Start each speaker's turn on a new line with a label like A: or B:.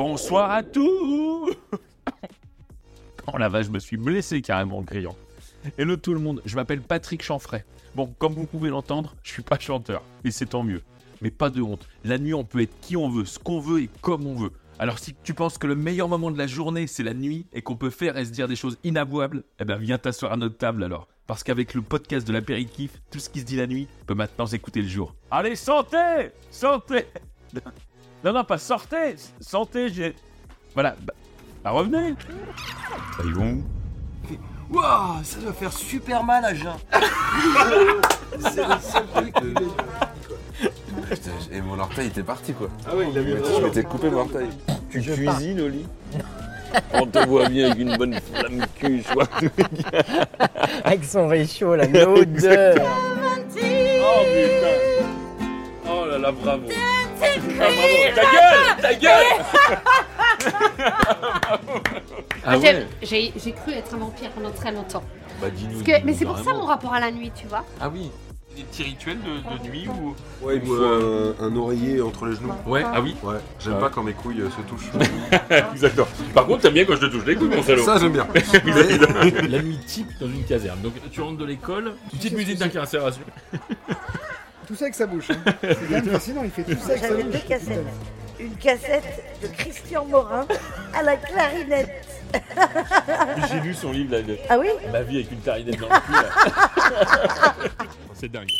A: Bonsoir à tous Oh la vache, je me suis blessé carrément en criant. Hello tout le monde, je m'appelle Patrick Chanfray. Bon, comme vous pouvez l'entendre, je suis pas chanteur, et c'est tant mieux. Mais pas de honte, la nuit on peut être qui on veut, ce qu'on veut et comme on veut. Alors si tu penses que le meilleur moment de la journée c'est la nuit et qu'on peut faire et se dire des choses inavouables, eh ben viens t'asseoir à notre table alors. Parce qu'avec le podcast de l'apéritif, tout ce qui se dit la nuit peut maintenant s'écouter le jour. Allez, santé Santé Non, non, pas sortez Santé, j'ai... Voilà, bah, bah, revenez Ils vont
B: Waouh, ça doit faire super mal à jeun.
C: C'est le seul truc que- Putain, Et mon orteil était parti quoi.
D: Ah ouais, il a mis
C: Je m'étais- je m'étais coupé mon orteil.
E: Tu cuisines au lit
C: On te voit bien avec une bonne flamme cul, je vois.
E: Avec son réchaud, la l'odeur
A: Oh putain Oh là là, bravo Ah, bravo. Ta gueule Ta gueule
C: Ah
F: J'ai- J'ai j'ai cru être un vampire pendant très longtemps.
C: Bah dis-nous.
F: Parce que- mais
C: dis-nous
F: c'est pour ça
C: carrément.
F: mon rapport à la nuit, tu vois.
C: Ah oui.
A: Des petits rituels de, de nuit ou...
D: Ouais, il me faut un, un oreiller entre les genoux.
A: Ouais, ah oui
D: Ouais, j'aime
C: Ouais.
D: pas quand mes couilles euh, se touchent.
A: Exactement. Par contre, t'aimes bien quand je te touche les couilles, mon salaud
D: Ça, j'aime bien.
G: La nuit type dans une caserne. Donc tu rentres de l'école, une petite musique d'incarcération.
H: Tout ça avec sa bouche. hein. C'est bien fascinant, il fait tout ça avec sa
I: J'avais
H: bouche.
I: deux cassettes. Une cassette de Christian Morin à la clarinette.
G: J'ai lu son livre, là, de-
I: Ah oui
G: Eh, Ma vie avec une tarinette dans le cul. là. C'est dingue.